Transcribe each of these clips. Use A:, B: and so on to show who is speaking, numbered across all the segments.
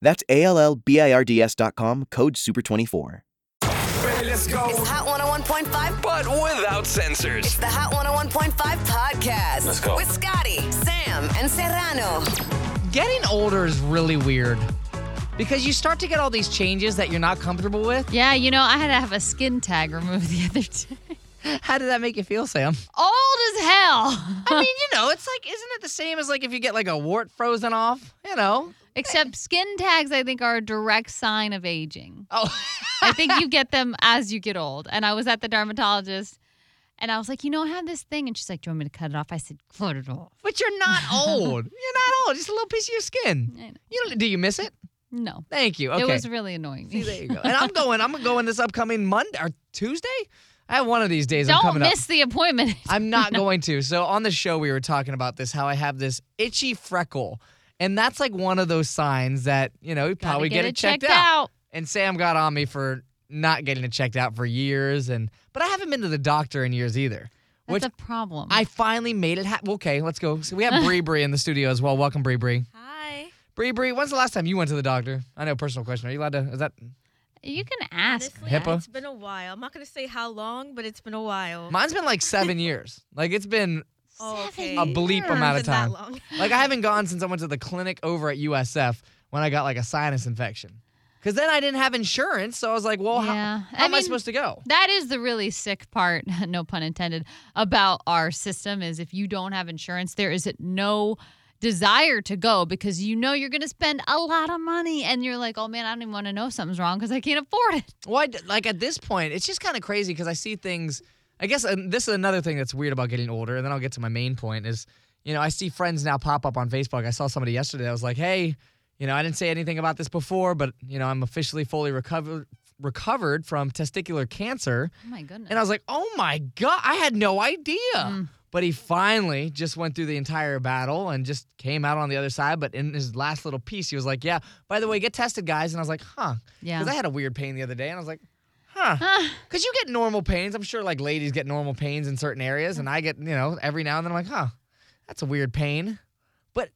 A: That's A-L-L-B-I-R-D-S dot com, code SUPER24.
B: Ready, let's go.
C: It's Hot 101.5.
B: But without censors.
C: It's the Hot 101.5 podcast.
B: Let's go.
C: With Scotty, Sam, and Serrano.
D: Getting older is really weird because you start to get all these changes that you're not comfortable with.
E: Yeah, you know, I had to have a skin tag removed the other day.
D: How did that make you feel, Sam?
E: Old as hell.
D: I mean, you know, it's like, isn't it the same as like if you get like a wart frozen off? You know?
E: Except skin tags, I think, are a direct sign of aging.
D: Oh,
E: I think you get them as you get old. And I was at the dermatologist and I was like, you know, I have this thing. And she's like, do you want me to cut it off? I said, cut it off.
D: but you're not old. You're not old. Just a little piece of your
E: I know.
D: skin. You don't, do you miss it?
E: No.
D: Thank you. Okay.
E: It was really annoying.
D: See, there you go. And I'm going. I'm going this upcoming Monday or Tuesday. I have one of these days. I'm
E: Don't
D: coming up.
E: miss the appointment.
D: I'm not going to. So on the show we were talking about this how I have this itchy freckle. And that's like one of those signs that, you know, you
E: Gotta
D: probably get, it checked, out. And Sam got on me for not getting it checked out for years and but I haven't been to the doctor in years either.
E: That's
D: Which
E: a problem.
D: I finally made it happen. Okay, let's go. So we have Bree Bree in the studio as well. Welcome Bree Bree.
F: Hi.
D: Bree Bree, when's the last time you went to the doctor? I know personal question. Are you allowed to is that
E: you can ask.
F: Honestly,
D: HIPAA?
F: It's been a while. I'm not going to say how long, but it's been a while.
D: Mine's been like 7 years. Like it's been
F: Oh, okay.
D: A bleep amount of
F: Hasn't been that
D: time.
F: long.
D: Like I haven't gone since I went to the clinic over at USF when I got like a sinus infection. Cause then I didn't have insurance, so I was like, well, how-
E: Yeah.
D: how,
E: I
D: am I
E: mean-
D: supposed to go?
E: That is the really sick part, no pun intended, about our system is if you don't have insurance, there is no desire to go because you know you're going to spend a lot of money and you're like, "Oh man, I don't even want to know something's wrong because I can't afford it."
D: Well, I d like at this point, it's just kind of crazy because I see things. I guess and this is another thing that's weird about getting older, and then I'll get to my main point is, you know, I see friends now pop up on Facebook. I saw somebody yesterday. I was like, hey, you know, I didn't say anything about this before, but you know, I'm officially fully recovered recovered from testicular cancer.
E: Oh my goodness.
D: And I was like, oh my God, I had no idea. But he finally just went through the entire battle and just came out on the other side. But in his last little piece, he was like, yeah, by the way, get tested, guys. And I was like, huh.
E: Yeah.
D: Because I had a weird pain the other day. And I was like, huh. Because you get normal pains. I'm sure like ladies get normal pains in certain areas. And I get, you know, every now and then I'm like, huh, that's a weird pain. But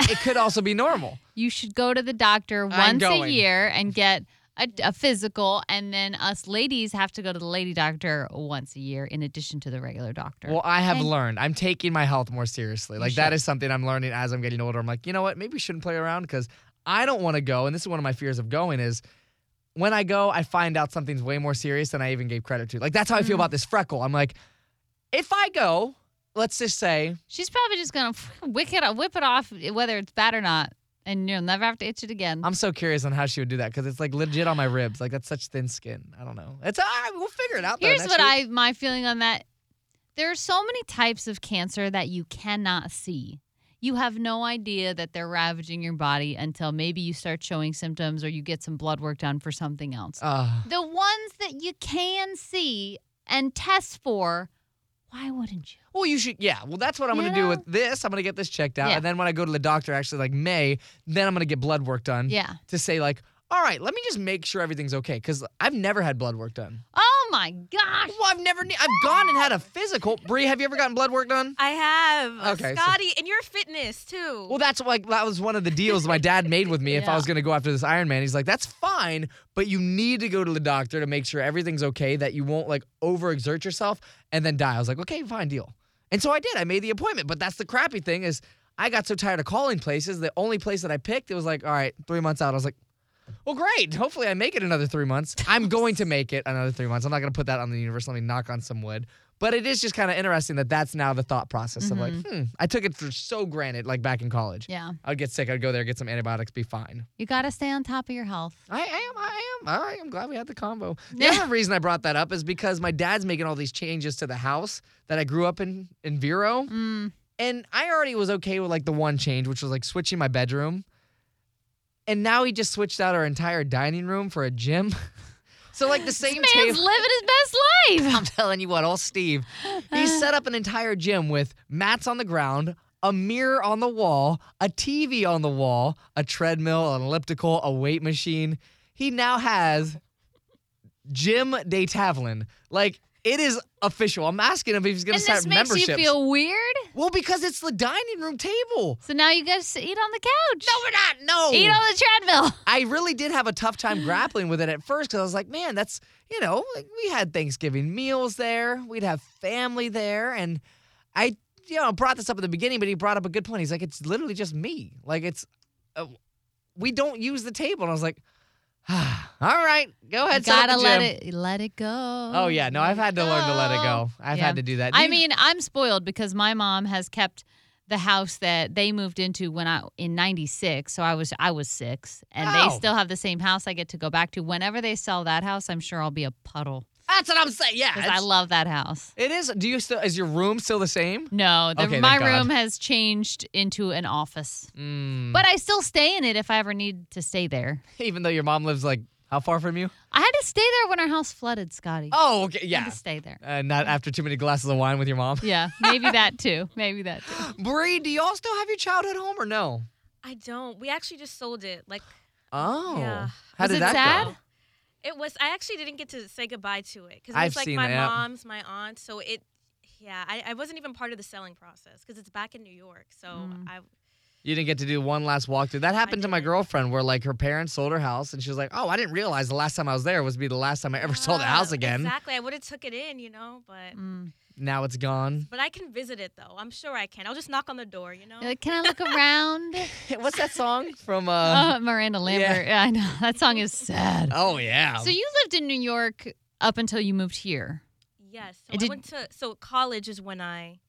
D: it could also be normal.
E: you should go to the doctor
D: I'm
E: once a
D: going.
E: year and get a, a physical and then us ladies have to go to the lady doctor once a year in addition to the regular doctor.
D: Well, I have
E: And-
D: learned. I'm taking my health more seriously. Like that is something I'm learning as I'm getting older. I'm like, you know what? Maybe we shouldn't play around because I don't want to go. And this is one of my fears of going is when I go, I find out something's way more serious than I even gave credit to. Like that's how I feel
E: Mm-hmm.
D: about this freckle. I'm like, if I go, let's just say
E: She's probably just going to whip it whip it off whether it's bad or not and you'll never have to itch it again.
D: I'm so curious on how she would do that because it's like legit on my ribs. Like that's such thin skin. I don't know. It's all right. We'll figure it out. though,
E: Here's
D: next
E: what
D: week.
E: I my feeling on that. There are so many types of cancer that you cannot see. You have no idea that they're ravaging your body until maybe you start showing symptoms or you get some blood work done for something else.
D: Uh,
E: the ones that you can see and test for, why wouldn't you?
D: Well, you should, yeah. Well, that's what I'm
E: You
D: going to do with this. I'm going to get this checked out.
E: Yeah.
D: And then when I go to the doctor, actually, like May, then I'm going to get blood work done
E: Yeah.
D: to say, like, all right, let me just make sure everything's okay. Because I've never had blood work done.
E: Oh my gosh.
D: Well, I've never, ne- I've gone and had a physical. Bree, have you ever gotten blood work done?
F: I have.
D: Okay, so-
F: Scotty, and your fitness, too.
D: Well, that's like that was one of the deals my dad made with me if I
E: Yeah.
D: was going to go after this Iron Man. He's like, "That's fine, but you need to go to the doctor to make sure everything's okay, that you won't like overexert yourself and then die." I was like, "Okay, fine, deal." And so I did. I made the appointment. But that's the crappy thing is I got so tired of calling places. The only place that I picked, it was like, "All right, three months out." I was like. Well, great. Hopefully, I make it another three months. I'm going to make it another three months. I'm not going to put that on the universe. Let me knock on some wood. But it is just kind of interesting that that's now the thought process of like, hmm, I took it for so granted, like back in college.
E: Yeah.
D: I'd get sick. I'd go there, get some antibiotics, be fine.
E: You got to stay on top of your health.
D: I, I am. I am. I am glad we had the combo. The other reason I brought that up is because my dad's making all these changes to the house that I grew up in in Vero,
E: Mm.
D: and I already was okay with like the one change, which was like switching my bedroom. And now he just switched out our entire dining room for a gym. So like the same
E: This man's
D: table.
E: living his best life.
D: I'm telling you what, old Steve. He
E: Uh-huh.
D: set up an entire gym with mats on the ground, a mirror on the wall, a TV on the wall, a treadmill, an elliptical, a weight machine. He now has Jim de Tavlin. Like, it is official. I'm asking him if he's going
E: And
D: to start
E: this makes
D: memberships.
E: you feel weird.
D: well, because it's the dining room table.
E: So now you guys eat on the couch.
D: No, we're not. No.
E: Eat on the treadmill.
D: I really did have a tough time grappling with it at first because I was like, man, that's, you know, like we had Thanksgiving meals there, we'd have family there. And I, you know, brought this up at the beginning, but he brought up a good point. He's like, it's literally just me. Like, it's, uh, we don't use the table. And I was like, ah, all right, go ahead.
E: You
D: set up
E: gotta
D: the
E: let
D: gym.
E: it let it go.
D: Oh, yeah. No, I've had to learn to let it go. I've
E: Yeah.
D: had to do that. Do
E: I
D: you-
E: mean, I'm spoiled because my mom has kept the house that they moved into when I in 96, so I was I was 6 and
D: Oh.
E: they still have the same house I get to go back to whenever they sell that house, I'm sure I'll be a puddle
D: that's what I'm saying. Yeah.
E: cuz I
D: it's-
E: love that house.
D: it is. Do you still, is your room still the same?
E: No, the,
D: Okay,
E: my
D: thank God.
E: room has changed into an office.
D: Mm,
E: But I still stay in it if I ever need to stay there.
D: even though your mom lives like how far from you?
E: I had to stay there when our house flooded, Scotty.
D: Oh, okay.
E: I had
D: Yeah.
E: to stay there.
D: Uh, not after too many glasses of wine with your mom.
E: Yeah, maybe that too. Maybe that too.
D: Bree, do y'all still have your childhood home or no?
F: I don't. We actually just sold it. Like,
D: Oh.
F: Yeah.
D: How
E: Was
D: did
E: it
D: that
E: sad?
D: go?
F: it was. I actually didn't get to say goodbye to it because it
D: I've
F: was like
D: seen
F: my
D: that.
F: mom's, my aunt's. So it, yeah, I, I wasn't even part of the selling process because it's back in New York. So
E: Mm.
F: I,
D: You didn't get to do one last walkthrough. That happened to my
F: didn't.
D: girlfriend where like her parents sold her house and she was like, Oh, I didn't realize the last time I was there was be the last time I ever sold the
E: Ah,
F: Uh,
D: house again.
F: Exactly. I would have took it in, you know, but
E: Mm.
D: Now it's gone.
F: but I can visit it though. I'm sure I can. I'll just knock on the door, you know.
E: You're like, can I look around?
D: What's that song from uh
E: Oh, Miranda Lambert. Yeah. I know. That song is sad.
D: Oh yeah.
E: So you lived in New York up until you moved here.
F: Yes.
E: And
F: So
E: did-
F: I went to so college is when I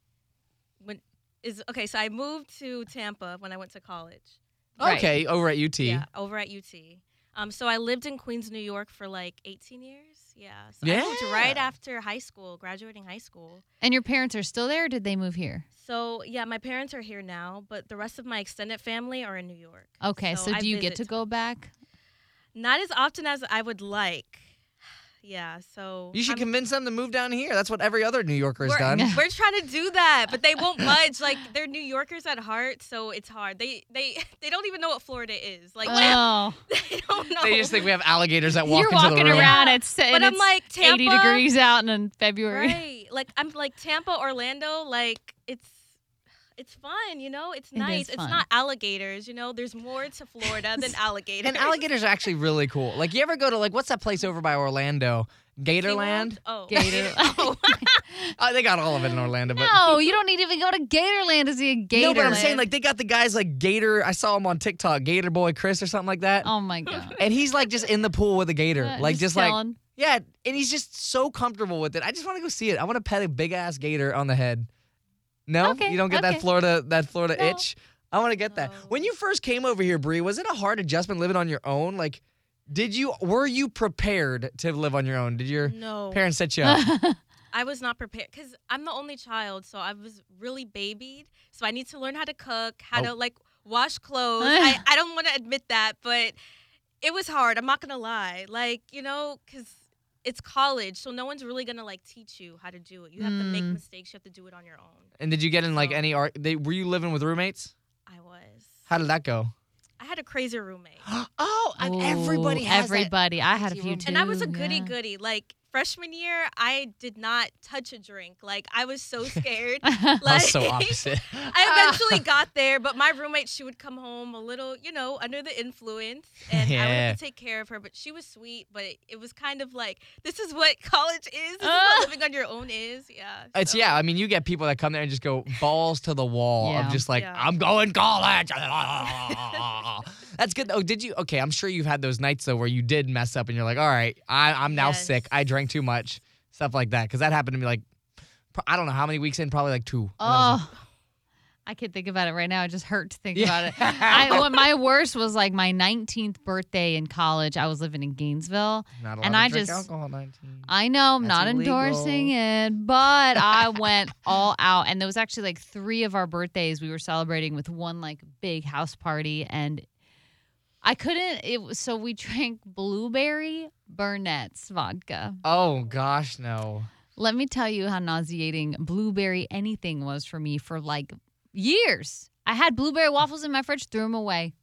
F: went is okay, so I moved to Tampa when I went to college.
E: Right.
D: okay, over at UT.
F: Yeah, over at UT. Um so I lived in Queens, New York for like 18 years. Yeah. So I moved right
D: Yeah.
F: after high school, graduating high school.
E: And your parents are still there or did they move here?
F: So yeah, my parents are here now, but the rest of my extended family are in New York.
E: Okay, so,
F: I
E: do you get to
F: visit
E: go back?
F: Not as often as I would like. Yeah, so
D: You should
F: I'm-
D: convince them to move down here. That's what every other New Yorker has
F: we're,
D: done.
F: we're trying to do that, but they won't budge. Like they're New Yorkers at heart, so it's hard. They they they don't even know what Florida is. Like whatever.
E: Oh,
F: they don't know.
D: They just think we have alligators that walk
E: you're
D: into
E: walking
D: the room.
E: around. It's
F: but
E: and
F: I'm
E: it's
F: like Tampa,
E: 80 degrees out and in February.
F: Right. Like I'm like Tampa, Orlando. Like it's it's fun, you know. It's
E: It is
F: nice. it's
E: fun.
F: not alligators, you know. There's more to Florida than alligators.
D: And alligators are actually really cool. Like you ever go to like what's that place over by Orlando? Gatorland?
F: Seaworld? Oh,
E: Gator-
F: Oh.
D: Oh, they got all of it in Orlando, but
E: No, you don't need to even go to Gatorland to see a Gator.
D: No, but I'm saying like they got the guys like Gator. I saw him on TikTok, Gator Boy Chris or something like that.
E: oh my god,
D: And he's like just in the pool with a gator,
E: Uh,
D: like just, like
E: chilling.
D: yeah. And he's just so comfortable with it. I just want to go see it. I want to pet a big ass gator on the head. No,
E: Okay,
D: you don't get
E: okay.
D: that Florida that Florida
E: No.
D: itch. I want to get that. When you first came over here, Bree, was it a hard adjustment living on your own? Like, did you were you prepared to live on your own? Did your
F: no.
D: parents set you up?
F: I was not prepared because I'm the only child, so I was really babied. So I need to learn how to cook, how to like wash clothes. I, I don't want to admit that, but it was hard. I'm not gonna lie. Like you know, because it's college, so no one's really gonna like teach you how to do it. You have to make
E: Mm.
F: mistakes. You have to do it on your own.
D: and did you get in like
F: No.
D: any art? They, were you living with roommates?
F: I was.
D: How did that go?
F: I had a crazy roommate,
D: oh, and everybody
E: Ooh,
D: has that.
E: everybody. I had a few
D: room.
E: too.
F: and I was a goody
E: yeah.
F: goody. Like freshman year, I did not touch a drink. Like I was so scared. like,
D: Us so opposite. Ah.
F: I eventually got there, but my roommate, she would come home a little, you know, under the influence, and I would
D: Yeah.
F: have to take care of her. But she was sweet, but it, it was kind of like this is what college is, this is
E: Ah.
F: what living on your own is. Yeah,
D: It's
F: so-
D: yeah. I mean, you get people that come there and just go balls to the wall
E: Yeah.
D: of just like
F: Yeah.
D: I'm going college. That's good. Oh, did you? Okay, I'm sure you've had those nights though where you did mess up and you're like, all right, I, I'm now
F: Yes.
D: sick. I drank too much, stuff like that. Because that happened to me like pro- I don't know how many weeks in, probably like two. And I was
E: Oh, I can think about it right now. It just hurt to think
D: Yeah.
E: about it. I, what my worst was like my 19th birthday in college. I was living in Gainesville.
D: like, not allowed
E: and
D: to
E: I
D: drink
E: just-
D: alcohol 19.
E: I know I'm
D: That's
E: not endorsing it, but I went all out. And there was actually like three of our birthdays we were celebrating with one like big house party. And I couldn't. It was so we drank blueberry Burnett's vodka.
D: Oh gosh, no.
E: Let me tell you how nauseating blueberry anything was for me for like years. I had blueberry waffles in my fridge, threw them away.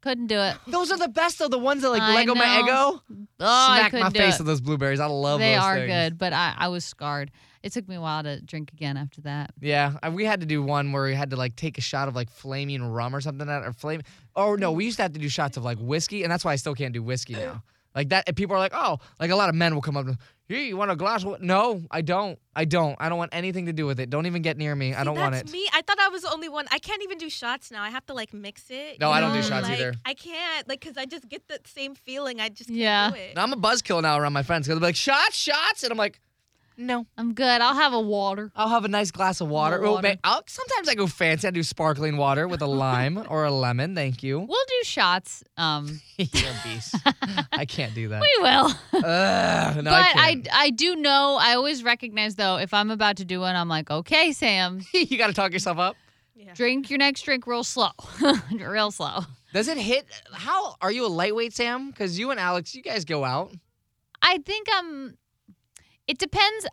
E: Couldn't do it.
D: Those are the best though. The ones that like
E: I
D: Lego my
E: know.
D: ego.
E: Oh, I
D: Smack
E: couldn't
D: my
E: do
D: face
E: it.
D: with those blueberries. I love
E: they
D: those
E: are
D: things.
E: good, but I, I was scarred. It took me a while to drink again after that.
D: Yeah, I- we had to do one where we had to like take a shot of like flaming rum or something that or flame. Oh no, we used to have to do shots of like whiskey, and that's why I still can't do whiskey now. Like that, and people are like, oh, like a lot of men will come up. to, Here, you want a glass? of wa-" No, I don't. I don't. I don't want anything to do with it. Don't even get near me. I
F: See,
D: don't want
F: that's
D: it.
F: me. I thought I was the only one. I can't even do shots now. I have to like mix it.
D: No,
F: you
D: I don't do
F: know?
D: shots
F: Like,
D: either.
F: I can't like because I just get that same feeling. I just can't
E: Yeah.
F: do it.
D: And I'm a buzzkill now around my friends because they're like, shots, shots, and I'm like, no,
E: I'm good. I'll have a water.
D: I'll have a nice glass of water.
E: Little
D: Oh,
E: water.
D: man, I'll, sometimes I go fancy. I do sparkling water with a lime or a lemon. Thank you.
E: We'll do shots. Um,
D: You're a beast. I can't do that.
E: we will.
D: Ugh, no,
E: but
D: I
E: I,
D: can't.
E: I do know. I always recognize though if I'm about to do one, I'm like, okay, Sam,
D: you got to talk yourself up.
F: Yeah.
E: drink your next drink real slow, real slow.
D: Does it hit? How are you a lightweight, Sam? Because you and Alex, you guys go out.
E: I think I'm. It depends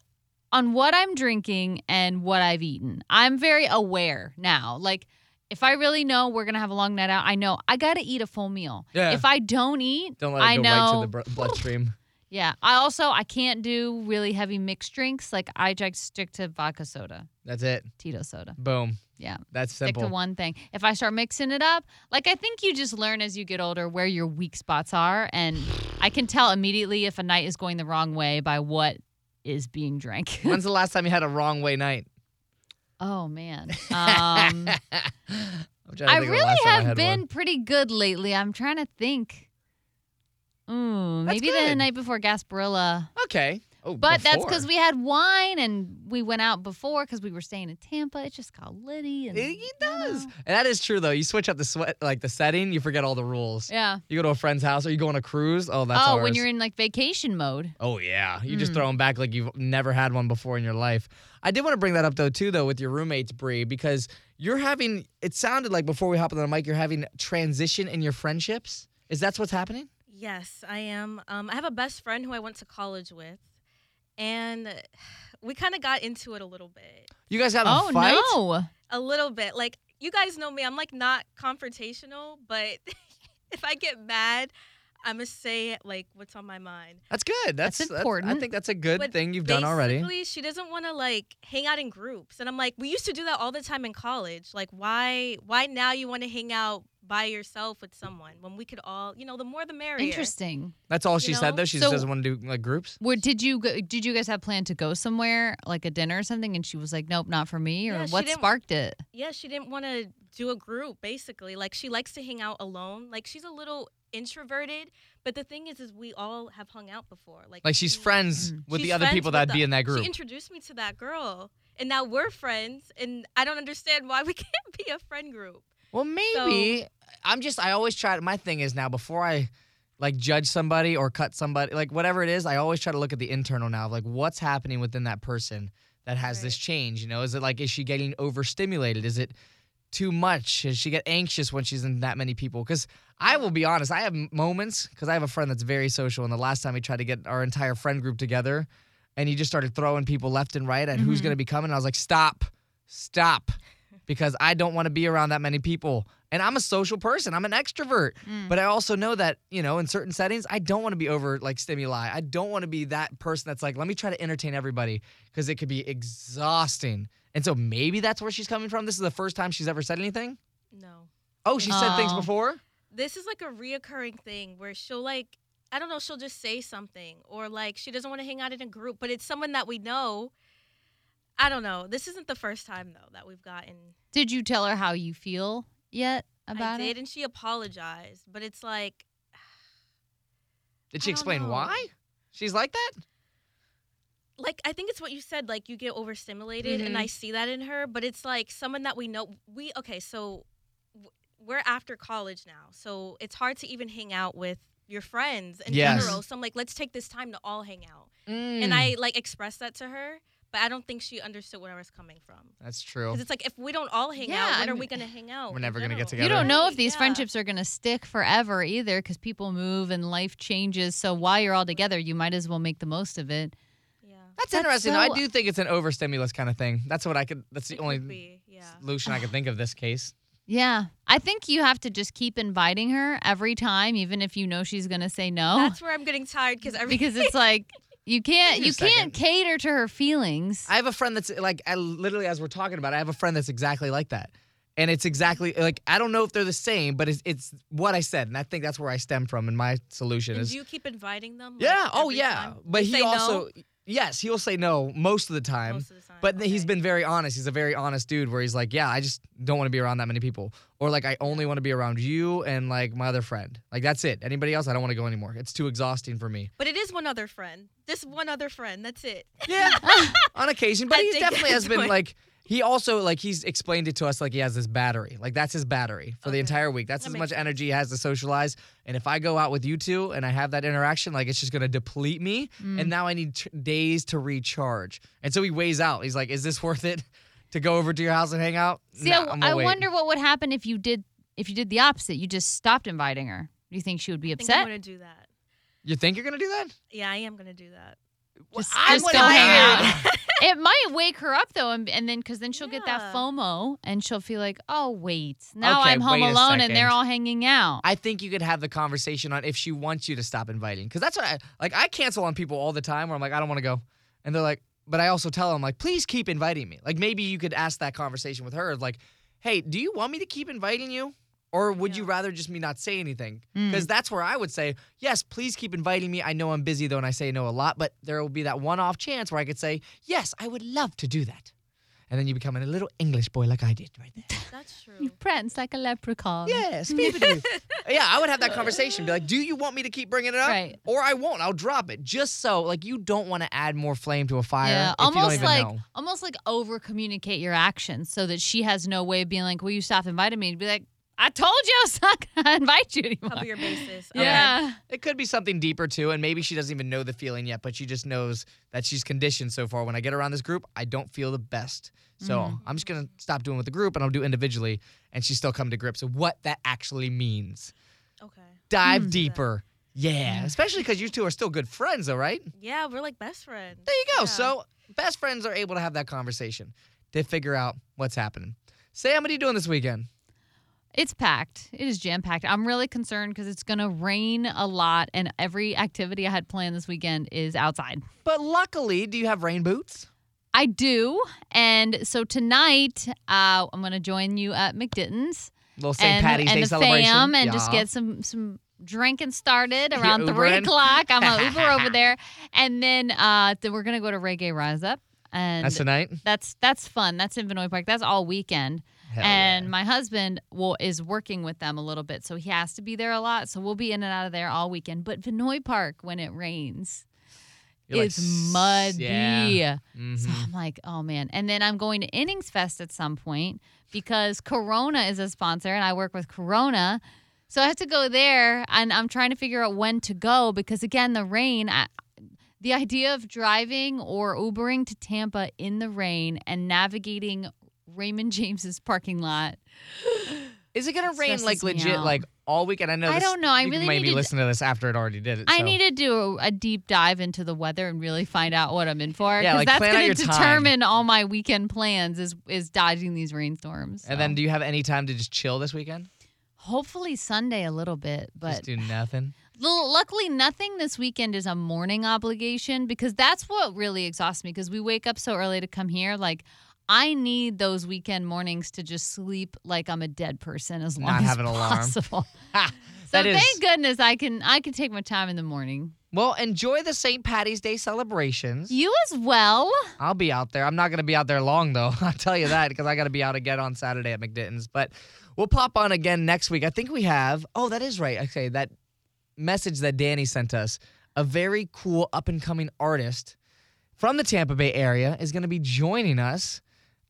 E: on what I'm drinking and what I've eaten. I'm very aware now. Like if I really know we're gonna have a long night out, I know I gotta eat a full meal.
D: Yeah.
E: If I don't eat,
D: Don't let it
E: I
D: go
E: know.
D: right to the br- bloodstream.
E: yeah. I also I can't do really heavy mixed drinks. Like I just stick to vodka soda,
D: That's it.
E: Tito soda.
D: Boom.
E: Yeah.
D: That's
E: Stick
D: simple.
E: to one thing. If I start mixing it up, like I think you just learn as you get older where your weak spots are, and I can tell immediately if a night is going the wrong way by what is being drank.
D: When's the last time you had a wrong way night?
E: oh man, um,
D: I'm trying to
E: I
D: think of the last
E: really
D: time I
E: have
D: had
E: been
D: one.
E: pretty good lately. I'm trying to think. Ooh,
D: That's
E: maybe the
D: good.
E: night before Gasparilla.
D: Okay. Oh,
E: But that's
D: before.
E: because we had wine and we went out before because we were staying in Tampa. It just got litty. And,
D: It, it
E: you
D: does.
E: know.
D: And that is true though. You switch up the sweat, like the setting, you forget all the rules.
E: Yeah.
D: You go to a friend's house, or you go on a cruise. Oh, that's
E: oh,
D: ours.
E: when you're in like vacation mode.
D: Oh yeah, you
F: Mm.
D: just throw them back like you've never had one before in your life. I did want to bring that up though too though with your roommates Bree because you're having. It sounded like before we hop on the mic, you're having transition in your friendships. Is that's what's happening?
F: Yes, I am. Um, I have a best friend who I went to college with, and we kind of got into it a little bit.
D: You guys got in
E: Oh
D: a fight?
E: no.
F: A little bit. Like you guys know me. I'm like not confrontational, but if I get mad, I'ma say like what's on my mind.
D: That's good. That's,
E: That's important.
D: I think that's a good
F: But
D: thing you've done already.
F: Basically, she doesn't want to like hang out in groups, and I'm like, we used to do that all the time in college. Like, why, why now you want to hang out by yourself with someone when we could all, you know, the more the merrier.
E: Interesting.
D: That's all she
F: you
D: said
F: know?
D: though. She
E: So-
D: just doesn't want to do like groups.
E: Where did you go, did you guys have planned to go somewhere like a dinner or something? And she was like, "Nope, not for me." Or
F: Yeah, she
E: what
F: didn't-
E: sparked it?
F: Yeah, she didn't want to do a group. Basically, like she likes to hang out alone. Like she's a little introverted, but the thing is, is we all have hung out before. Like,
D: Like she's
F: we-
D: friends with
F: Mm. she's
D: the other
F: friends
D: people
F: with
D: that'd
F: the-
D: be in that group.
F: She introduced me to that girl, and now we're friends. And I don't understand why we can't be a friend group.
D: Well, maybe I'm just. I always try. to- My thing is now before I like judge somebody or cut somebody, like whatever it is, I always try to look at the internal now, of like what's happening within that person that has this
F: Right.
D: change. You know, is it like is she getting overstimulated? Is it too much? Does she get anxious when she's in that many people? Because I will be honest, I have m- moments because I have a friend that's very social, and the last time we tried to get our entire friend group together, and he just started throwing people left and right at who's
E: Mhm.
D: going to be coming. I was like, stop, stop, because I don't want to be around that many people. And I'm a social person. I'm an extrovert.
E: Mm.
D: But I also know that, you know, in certain settings, I don't want to be over like stimuli. I don't want to be that person that's like, let me try to entertain everybody because it could be exhausting. And so maybe that's where she's coming from. This is the first time she's ever said anything.
F: No.
D: Oh, she said things
E: Oh.
D: before?
F: this is like a reoccurring thing where she'll like I don't know, she'll just say something or like she doesn't want to hang out in a group, but it's someone that we know. I don't know. This isn't the first time though that we've gotten
E: Did you tell her how you feel yet about
F: I did
E: it?
F: and she apologized, but it's like
D: Did
F: I
D: she
F: don't
D: explain
F: know.
D: why? She's like that?
F: like I think it's what you said like you get overstimulated and
E: Mhm.
D: Mm-hmm.
F: I see that in her, but it's like someone that we know we okay, so w- we're after college now. So it's hard to even hang out with your friends in
D: Yes. Mm,
F: general. So I'm like let's take this time to all hang out. and I like expressed that to her. but I don't think she understood where I was coming from.
D: That's true.
F: Because it's like if we don't all hang
E: Yeah,
F: out, when
E: I
F: are we
E: mean-
F: gonna hang out?
D: We're
F: in
D: never gonna get
F: general?
E: You don't
D: Right,
E: know if these
F: Yeah.
E: friendships are going to stick forever either because people move and life changes. So while you're all together, you might as well make the most of it.
F: Yeah.
D: That's,
E: That's
D: interesting. though. I
E: so-
D: do think it's an overstimulus kind of thing. That's what I could. That's the
F: It
D: only
F: could be, yeah.
D: solution I could think of this case.
E: Yeah. I think you have to just keep inviting her every time, even if you know she's going to say no.
F: That's where I'm getting tired because every
E: because it's like you can't
D: Wait a
E: you
D: second.
E: can't cater to her feelings.
D: I have a friend that's like, I literally as we're talking about, it, I have a friend that's exactly like that, and it's exactly like I don't know if they're the same, but it's it's what I said, and I think that's where I stem from. And my solution
F: and
D: is
F: do you keep inviting them? like,
D: Yeah. Oh,
F: every
D: yeah.
F: time?
D: But
F: You
D: he
F: say no?
D: also, yes, he'll say no most of the time.
F: Most of the time,
D: But th- he's
F: okay.
D: been very honest. He's a very honest dude where he's like, yeah, I just don't want to be around that many people. Or like, I only want to be around you and like my other friend. Like, that's it. Anybody else, I don't want to go anymore. It's too exhausting for me.
F: But it is one other friend. This one other friend. That's it.
D: Yeah. on occasion. But
F: I
D: he
F: think
D: definitely has
F: that's
D: been
F: what-
D: like, he also, like, he's explained it to us like he has this battery. Like, that's his battery for the entire week. That's
F: That
D: as
F: makes
D: much
F: sense.
D: energy he has to socialize. And if I go out with you two and I have that interaction, like, it's just going to deplete me.
E: Mm.
D: and now I need t- days to recharge. And so he weighs out. He's like, "Is this worth it to go over to your house and hang out?"
E: See,
D: Nah,
E: I,
D: I'm
E: w-
D: gonna
E: I
D: wait.
E: wonder what would happen if you did if you did the opposite. You just stopped inviting her. Do you think she would be
F: I think I'm
E: upset?
F: gonna do that.
D: You think you're gonna do that?
F: Yeah, I am gonna do that.
D: Well,
E: Just-
D: I'm
E: just go hang
D: tired.
E: it might wake her up though, and, and then because then she'll get that
F: Yeah.
E: FOMO and she'll feel like, oh wait, now
D: Okay,
E: I'm home
D: wait a
E: alone and they're
D: second.
E: all hanging out.
D: I think you could have the conversation on if she wants you to stop inviting, because that's what I like. I cancel on people all the time where I'm like, "I don't want to go," and they're like, "But I also tell them like, please keep inviting me." Like maybe you could ask that conversation with her, like, "Hey, do you want me to keep inviting you?" Or would you
F: Yeah.
D: rather just me not say anything?
E: Mm.
D: Because that's where I would say, yes, please keep inviting me. I know I'm busy though, and I say no a lot, but there will be that one off chance where I could say, yes, I would love to do that. And then you become a little English boy like I did right there.
F: That's true.
E: You prance like a leprechaun.
D: Yeah, speak with you. yeah, I would have that conversation. Be like, do you want me to keep bringing it up?
E: Right.
D: Or I won't. I'll drop it. Just so, like, you don't want to add more flame to a fire.
E: Yeah,
D: if you don't
E: almost
D: even
E: like
D: know.
E: almost like over communicate your actions so that she has no way of being like, "Will you stop inviting me?" And be like, "I told you I was not gonna invite you anymore."
F: Cover your bases. Okay.
E: yeah,
D: It could be something deeper too, and maybe she doesn't even know the feeling yet, but she just knows that she's conditioned so far. When I get around this group, I don't feel the best. So
E: Mhm.
D: I'm just gonna stop doing with the group and I'll do individually, and she still come to grips with what that actually means.
F: Okay.
D: Dive
E: Mm.
D: deeper. Yeah, especially because you two are still good friends, though, right?
F: Yeah, we're like best friends.
D: There you go.
F: Yeah.
D: So best friends are able to have that conversation to figure out what's happening. Sam, what are you doing this weekend?
E: It's packed. It is jam packed. I'm really concerned because it's going to rain a lot, and every activity I had planned this weekend is outside.
D: But luckily, do you have rain boots?
E: I do. And so tonight, uh, I'm going to join you at McDitton's
D: Little St.
E: and,
D: Patty's Day
E: and the
D: celebration.
E: fam and just
D: Yeah.
E: get some, some drinking started around
D: You're
E: 3
D: Ubering?
E: o'clock. I'm a Uber over there. And then, uh, then we're going to go to Reggae Rise Up. And
D: That's tonight.
E: that's that's fun. That's in Vinoy Park. That's all weekend.
D: Hell
E: and
D: yeah.
E: my husband will is working with them a little bit, so he has to be there a lot. So we'll be in and out of there all weekend. But Vinoy Park, when it rains,
D: You're like,
E: it's
D: "S-
E: muddy.
D: yeah."
E: So
D: Mhm.
E: I'm like, oh man. And then I'm going to Innings Fest at some point because Corona is a sponsor, and I work with Corona. So I have to go there, and I'm trying to figure out when to go because again, the rain. I, the idea of driving or Ubering to Tampa in the rain and navigating Raymond James's parking lot.
D: Is it gonna
E: It
D: rain like
E: stresses me
D: legit
E: out.
D: like all weekend? I know.
E: I
D: this-
E: don't know. I
D: you
E: really
D: maybe
E: needed-
D: listen to this after it already did it.
E: I
D: so.
E: need to do a deep dive into the weather and really find out what I'm in for.
D: Yeah,
E: 'cause
D: like,
E: that's
D: plan out
E: gonna
D: your time.
E: determine all my weekend plans is is dodging these rainstorms.
D: And
E: so.
D: then, do you have any time to just chill this weekend?
E: Hopefully Sunday a little bit,
D: Just
E: but
D: do nothing.
E: l- luckily nothing this weekend is a morning obligation because that's what really exhausts me because we wake up so early to come here like I need those weekend mornings to just sleep like I'm a dead person as long
D: Not
E: as
D: have an alarm.
E: possible.
D: Ha!
E: so
D: That is-
E: thank goodness I can I can take my time in the morning.
D: Well, enjoy the St. Patty's Day celebrations.
E: You as well.
D: I'll be out there. I'm not going to be out there long, though. I'll tell you that because I got to be out again on Saturday at McDitton's. But we'll pop on again next week. I think we have, oh, that is right. Okay, that message that Danny sent us a very cool up and coming artist from the Tampa Bay area is going to be joining us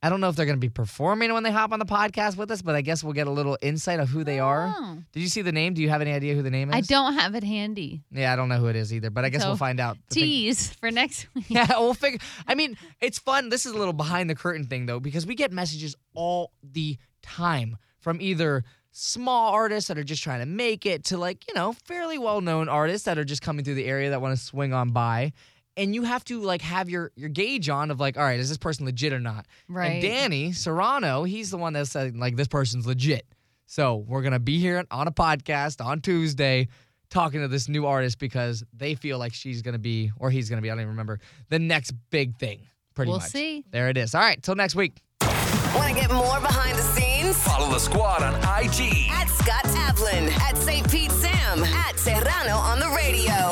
D: I don't know if they're going to be performing when they hop on the podcast with us, but I guess we'll get a little insight of who they are.
E: Oh.
D: Did you see the name? Do you have any idea who the name is?
E: I don't have it handy.
D: Yeah, I don't know who it is either, but I guess
E: So,
D: we'll find out. The thing-
E: Tease for next week.
D: Yeah, we'll figure. I mean, it's fun. This is a little behind the curtain thing though, because we get messages all the time from either small artists that are just trying to make it to like you know fairly well-known artists that are just coming through the area that want to swing on by, and you have to like have your your gauge on of like, all right, is this person legit or not?
E: Right.
D: And Danny Serrano, he's the one that said like this person's legit. So we're gonna be here on a podcast on Tuesday talking to this new artist because they feel like she's gonna be or he's gonna be, I don't even remember, the next big thing. Pretty
E: We'll
D: much.
E: see.
D: There it is. All right, till next week.
C: Want to get more behind the scenes?
B: Follow the squad on IG.
C: At Scott Aplin, at St. Pete Sam, at Serrano on the radio.